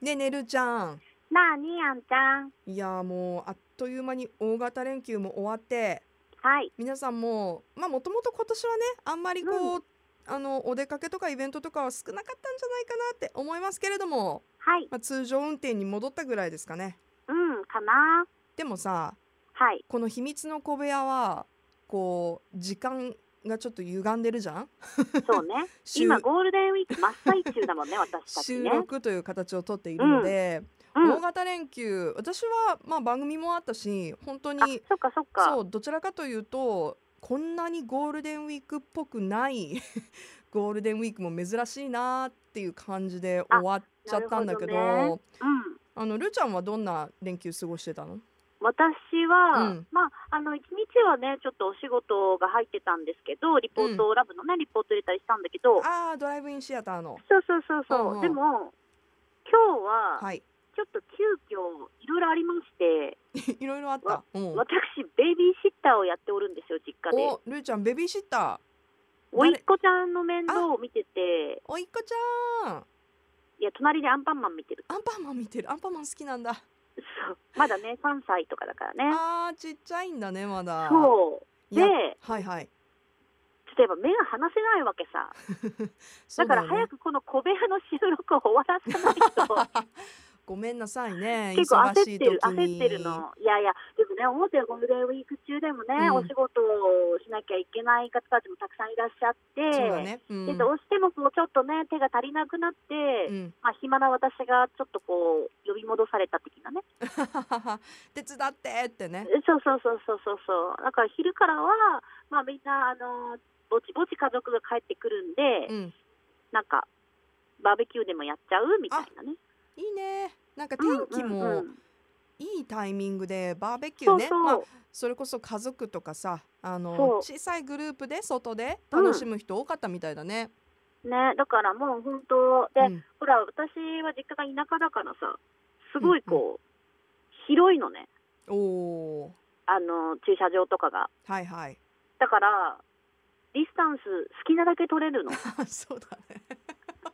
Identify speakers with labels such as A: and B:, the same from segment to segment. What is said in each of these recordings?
A: ねえねるちゃん
B: なあ、にあんちゃん。
A: いやーもうあっという間に大型連休も終わって
B: はい。
A: 皆さんもまあもともと今年はねあんまりこう、あのお出かけとかイベントとかは少なかったんじゃないかなって思いますけれども、
B: はい。
A: まあ、通常運転に戻ったぐらいですかね
B: うん、かな。
A: でもさ
B: はい。
A: この秘密の小部屋はこう時間がちょっと歪んでるじゃん
B: そうね。
A: 収
B: 今、ゴールデンウィーク真っ最中だもんね、私たち
A: 収
B: ね。
A: 録という形をとっているので、
B: うん。
A: 大
B: あ、
A: 型連休私はまあ番組もあったし本当に
B: そっかそっか。
A: そうどちらかというとこんなにゴールデンウィークっぽくない ゴールデンウィークも珍しいなっていう感じで終わっちゃったんだけど
B: なるほどうん。
A: あのるーちゃんはどんな連休過ごしてたの
B: 私は、
A: うん
B: まあ、あの、一日はね、ちょっとお仕事が入ってたんですけど、リポート、ラブのね、リポート入れたりしたんだけど、
A: ああドライブインシアターの
B: そうそうそうそう。
A: うんうん
B: でも、今日は、
A: はい
B: ちょっと急遽、いろいろありまして、
A: いろいろあったうん
B: 私、ベイビーシッターをやっておるんですよ、実家で。
A: おるーちゃんベビーシッター
B: おいっ子ちゃんの面倒を見てて、
A: おいっこちゃん
B: いや、隣でアンパンマン見てる。
A: アンパンマン見てるアンパンマン好きなんだ
B: そうま だね、3歳とかだからね。
A: あーちっちゃいんだねまだ
B: そう。
A: い
B: で、
A: や
B: ちょ
A: はいはい
B: っとやっぱ目が離せないわけさ。
A: そ
B: だ
A: う
B: か
A: だ
B: ら
A: よね
B: 早くこの小部屋の収録を終わらせない と、
A: ごめんなさいね
B: 結構
A: 忙し
B: 焦っ
A: い
B: て
A: 時
B: る、焦
A: に
B: ってるの。いやいや、でもね、思ったよ、ゴールデンウィーク中でもね、
A: うん
B: お仕事をしなきゃいけない方たちもたくさんいらっしゃって、
A: そうだねうん
B: でどうしてもこうちょっとね、手が足りなくなって、
A: うん
B: まあ、暇な私がちょっとこう、呼び戻された的なね。
A: 手伝ってってね。
B: そうそうそうそうそうそう。だから昼からはまあみんなあのーぼちぼち家族が帰ってくるんで、
A: うん、
B: なんかバーベキューでもやっちゃうみたいなね。
A: いいね。なんか天気
B: うんうんう
A: も
B: ん
A: いいタイミングでバーベキュ
B: そ
A: ー
B: う
A: ね。
B: そう、
A: まあそれこそ家族とかさ、あの
B: そう
A: 小さいグループで外で
B: うん
A: 楽しむ人多かったみたいだね。
B: ねだからもう本当で、
A: うん
B: ほら私は実家が田舎だからさ、すごいこう、広いのね。
A: おお
B: あのー駐車場とかが。
A: ー、はいはい。
B: だからディスタンス好きなだけ取れるの。
A: そうだね。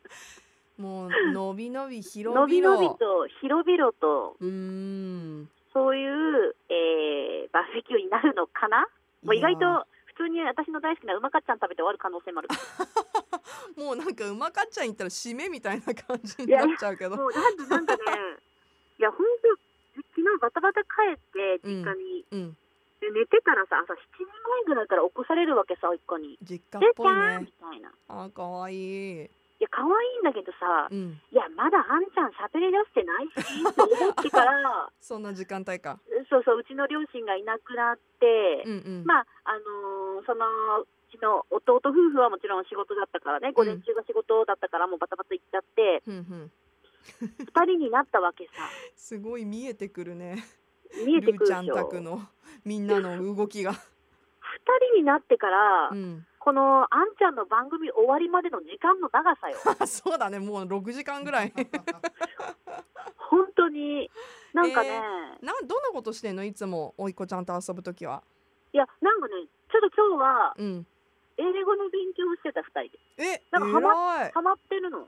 A: もうのびのび広
B: 伸び伸び
A: 々。
B: と広々と
A: うーん。
B: そういう、えーバーベキューになるのかな。もう意外
A: いや
B: と普通に私の大好きなうまかっちゃん食べて終わる可能性もある。
A: ーもうなんかうまかっちゃん言ったら締めみたいな感じになっちゃうけど。
B: もうなんかなんかね、 いや本当昨日バタバタ帰って実家に、
A: うん。
B: で寝てたらさ朝7時前ぐらいから起こされるわけさ一個に。
A: 実家っ
B: 出
A: ぽいね
B: たみ。たいな。い
A: あー、可愛い。
B: や可愛いんだけどさ、
A: うん。
B: いやまだあんちゃん喋り出してないしって思っ てから、
A: そんな時間帯か。
B: そうそううちの両親がいなくなって
A: う、んうん。
B: まああのーそのうちの弟夫婦はもちろん仕事だったからね午前中が仕事だったからもうバタバタ行っちゃって、
A: ふんふん
B: 二人になったわけさ
A: すごい見えてくるね。
B: 見えて
A: ル
B: く
A: ー
B: る
A: ちゃ
B: で
A: ん
B: しょ
A: 宅のみんなの動きが。
B: 二人になってから、
A: うん。
B: このあんちゃんの番組終わりまでの時間の長 さよ
A: そうだね。もう六時間ぐらい。
B: 本当になんかね、
A: えなんどんなことしてんの？いつもおいっ子ちゃんと遊ぶときは。
B: いやなんかねちょっと今日は
A: うん。
B: 英語の勉強をしてた二人
A: え、
B: でなんかハ
A: 偉い。
B: ハマってるの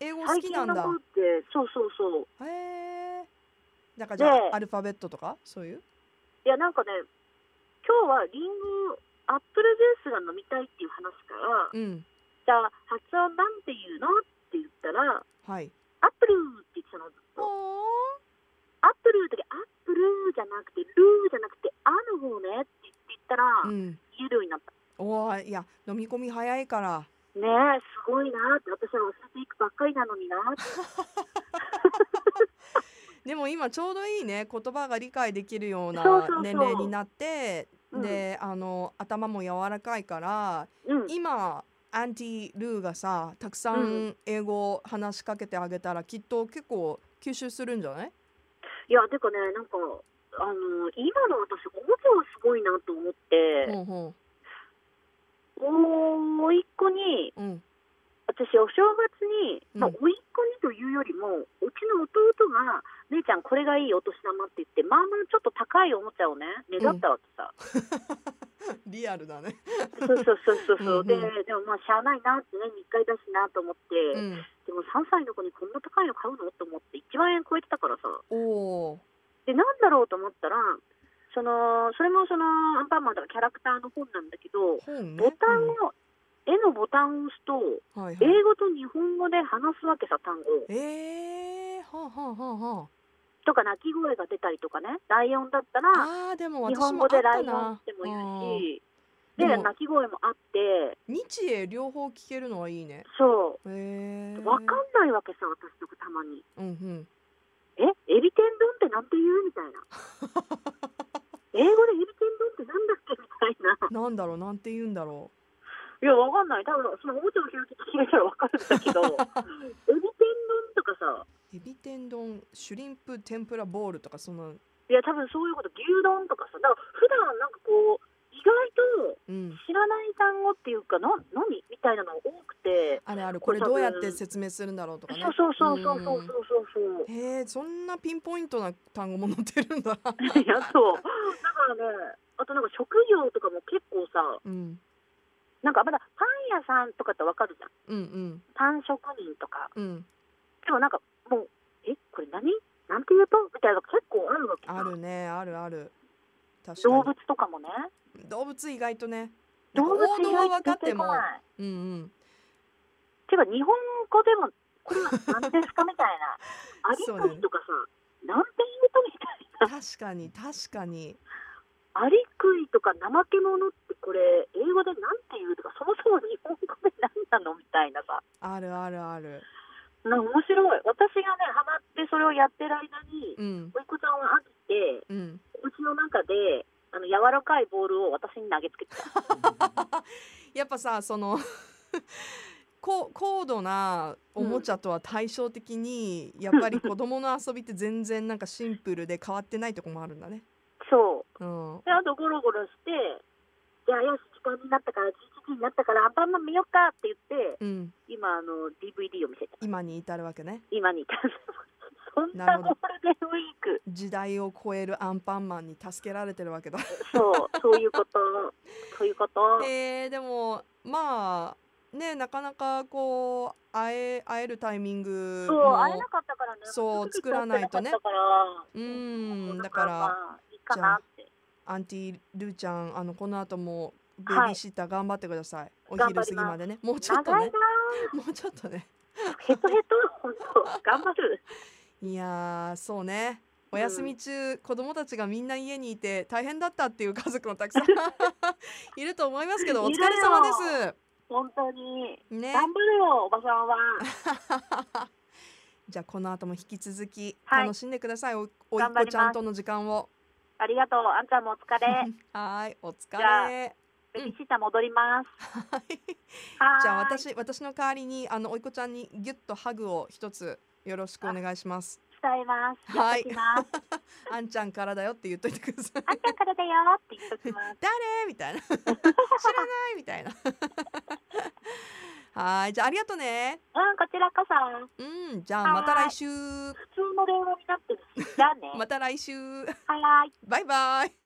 A: 英語好
B: 最
A: きな
B: 近
A: ん
B: の
A: だ
B: 子。ってそうそうそう
A: へえ。なんかじゃ
B: ね
A: あアルファベットとかそういう？
B: いやなんかね今日はリンゴアップルジュースが飲みたいっていう話から
A: うん。
B: じゃあ発音なんて言うのって言ったら
A: はい。
B: アップルって言ってたのずっ
A: お
B: と
A: お。
B: アップルの時アップルじゃなくてルーじゃなくてあの方ねって言ったら、
A: うん。
B: 言えるようになった
A: おお。いや飲み込み早いから。
B: ねえすごいなって私は忘れていくばっかりなのになっ て
A: でも今ちょうどいいね言葉が理解できるような
B: そうそうそう
A: 年齢になって
B: うん
A: であの頭も柔らかいから
B: うん
A: 今アンティ・ルーがさたくさ
B: うん
A: 英語を話しかけてあげたらきっと結構吸収するんじゃない
B: いやてかねなんかあの今の私音量すごいなと思って、
A: ほうほ
B: もう一個に
A: ううん
B: 私お正月に、
A: うん
B: まあ、おいっ子にというよりもうちの弟が「姉ちゃんこれがいいお年玉」って言ってまあまあちょっと高いおもちゃをねねだったわけさ、
A: リアルだね。
B: そうそうそうそうそ
A: うん
B: う
A: うん
B: ででもまあしゃあないなってね日回だしなと思って、
A: うん。
B: でも3歳の子にこんな高いの買うのと思って1万円超えてたからさ
A: おお
B: でなんだろうと思ったらそのそれもそのアンパンマンとかキャラクターの本なんだけど
A: ー。本ね。
B: ボタンを、絵のボタンを押すと
A: うん。はいは
B: 英
A: い。
B: 語と日本語で話すわけさ単語
A: ええー。はあ、はあはあは
B: とか鳴き声が出たりとかねライオンだったら
A: あ。ああーでも
B: 日
A: 私
B: 本
A: もあ
B: 語
A: った
B: でライオン
A: な
B: っ。てもい
A: うん
B: るし
A: で
B: で
A: も
B: 鳴き声もあって
A: 日英両方聞けるのはいいね。
B: そ
A: へえ
B: う
A: ー。
B: わかんないわけさ私とかたまに
A: うんうん。
B: えエビ天丼ってなんて言うみたい な英語でエビ天丼ってなんだっけみたいな
A: なんだろうなんて言うんだろ
B: いやわかんない多分そのおもちゃの開き聞いたらわかるんだ けどエビ天丼とかさ
A: う。エビ天丼、シュリンプ天ぷらボールとかその。
B: いや多分そういうこと牛丼とかさだから普段なんかこう意外と
A: うん。
B: 知らない単語っていうかな何みたいなのが多くて
A: あるあるこれどうやって説明するんだろうとかね
B: そうそうそうそうそうそうそうそう
A: へえそんなピンポイントな単語も載ってるんだ
B: いやそうだからねあとなんか職業とかも結構さ
A: うん
B: なんかまだパン屋さんとかってわかるじゃん
A: うんうん
B: パン職人とか
A: うん
B: でもなんかもうえこれ何なんて言うとみたいなのが結構あるわけ
A: あるねあるある確かに
B: 動物とかもね
A: 動物意外とね
B: 動物
A: なんか王道は
B: 意
A: 分か
B: 外
A: っ
B: と
A: て
B: 出て
A: も
B: こない
A: うんうん
B: ていうか日本語でもこれは何ですかみたいなア リ
A: そう
B: ク
A: ね
B: イとかさ、なんて言うとみたいな
A: 確かに確かに
B: アリクイとか怠け者ってこれ英語でなんて言うとかそもそも日本語で何なのみたいなさ
A: あるあるある
B: なんか面白い私がねハマってそれをやってる間に
A: うん
B: おいっ子ちゃんは飽きて
A: うん
B: うちの中であの柔らかいボールを私に投げつけてた
A: やっぱさその こ高度なおもちゃとは対照的に、やっぱり子供の遊びって全然なんかシンプルで変わってないとこもあるんだね。
B: そう
A: うん、
B: であとゴロゴロしてじゃあよし時間になったから11時になったからアンパンマン見よっかって言って
A: うん、
B: 今あの DVD を見せて
A: 今に至るわけね。
B: 今に至 るそん
A: な
B: な
A: るほ
B: ゴールデンウィー ク
A: 時代を超えるアンパンマンに助けられてるわけだ。
B: そうそういうことそういうこと、
A: えー、でもまあねなかなかこう会え会えるタイミング
B: そう会えなかったからね
A: そう
B: すぐ来たってかったから
A: う
B: うん
A: だ
B: だ
A: か
B: から
A: ら
B: まあいいかなって
A: アンティルーちゃんあのこの後もベビ
B: はい
A: ーシッター頑張ってください、お
B: 頑
A: 昼
B: 張
A: 過ぎ
B: ります
A: までねもうちょ
B: 長
A: っと
B: い
A: ね
B: な
A: もうちょっとね
B: ヘトヘト本当頑張る
A: いやーそうねお休み中、子供たちがみんな家にいて大変だったっていう家族もたくさん いると思います けどお疲れ様で
B: 本当に
A: すね
B: 頑張るよおばさん は
A: じゃあこの後も引き続き
B: はい
A: 楽しんでください、おおいっ
B: 頑
A: 子
B: 張ります
A: ちゃんとの時間を
B: ありがとうあんちゃんもお疲れ
A: はーいお疲
B: ゃあ
A: れ
B: ベビーシッター戻ります。
A: はい
B: はーい
A: じゃあ私私の代わりにあのおいこちゃんにギュッとハグを一つよろしくお願いします。
B: 伝えます。
A: は
B: はいい。ます。
A: あんちゃんからだよって言っといてくだ さい。
B: あんちゃんからだよって言っときます。
A: えーみ たいな知らないみ たいな。はいじゃあありがとね。
B: うん、こち らこそ
A: うんじゃあまた来週
B: 普通の電話になってるし、じゃあね。
A: また来週
B: はーい。
A: バイバイ。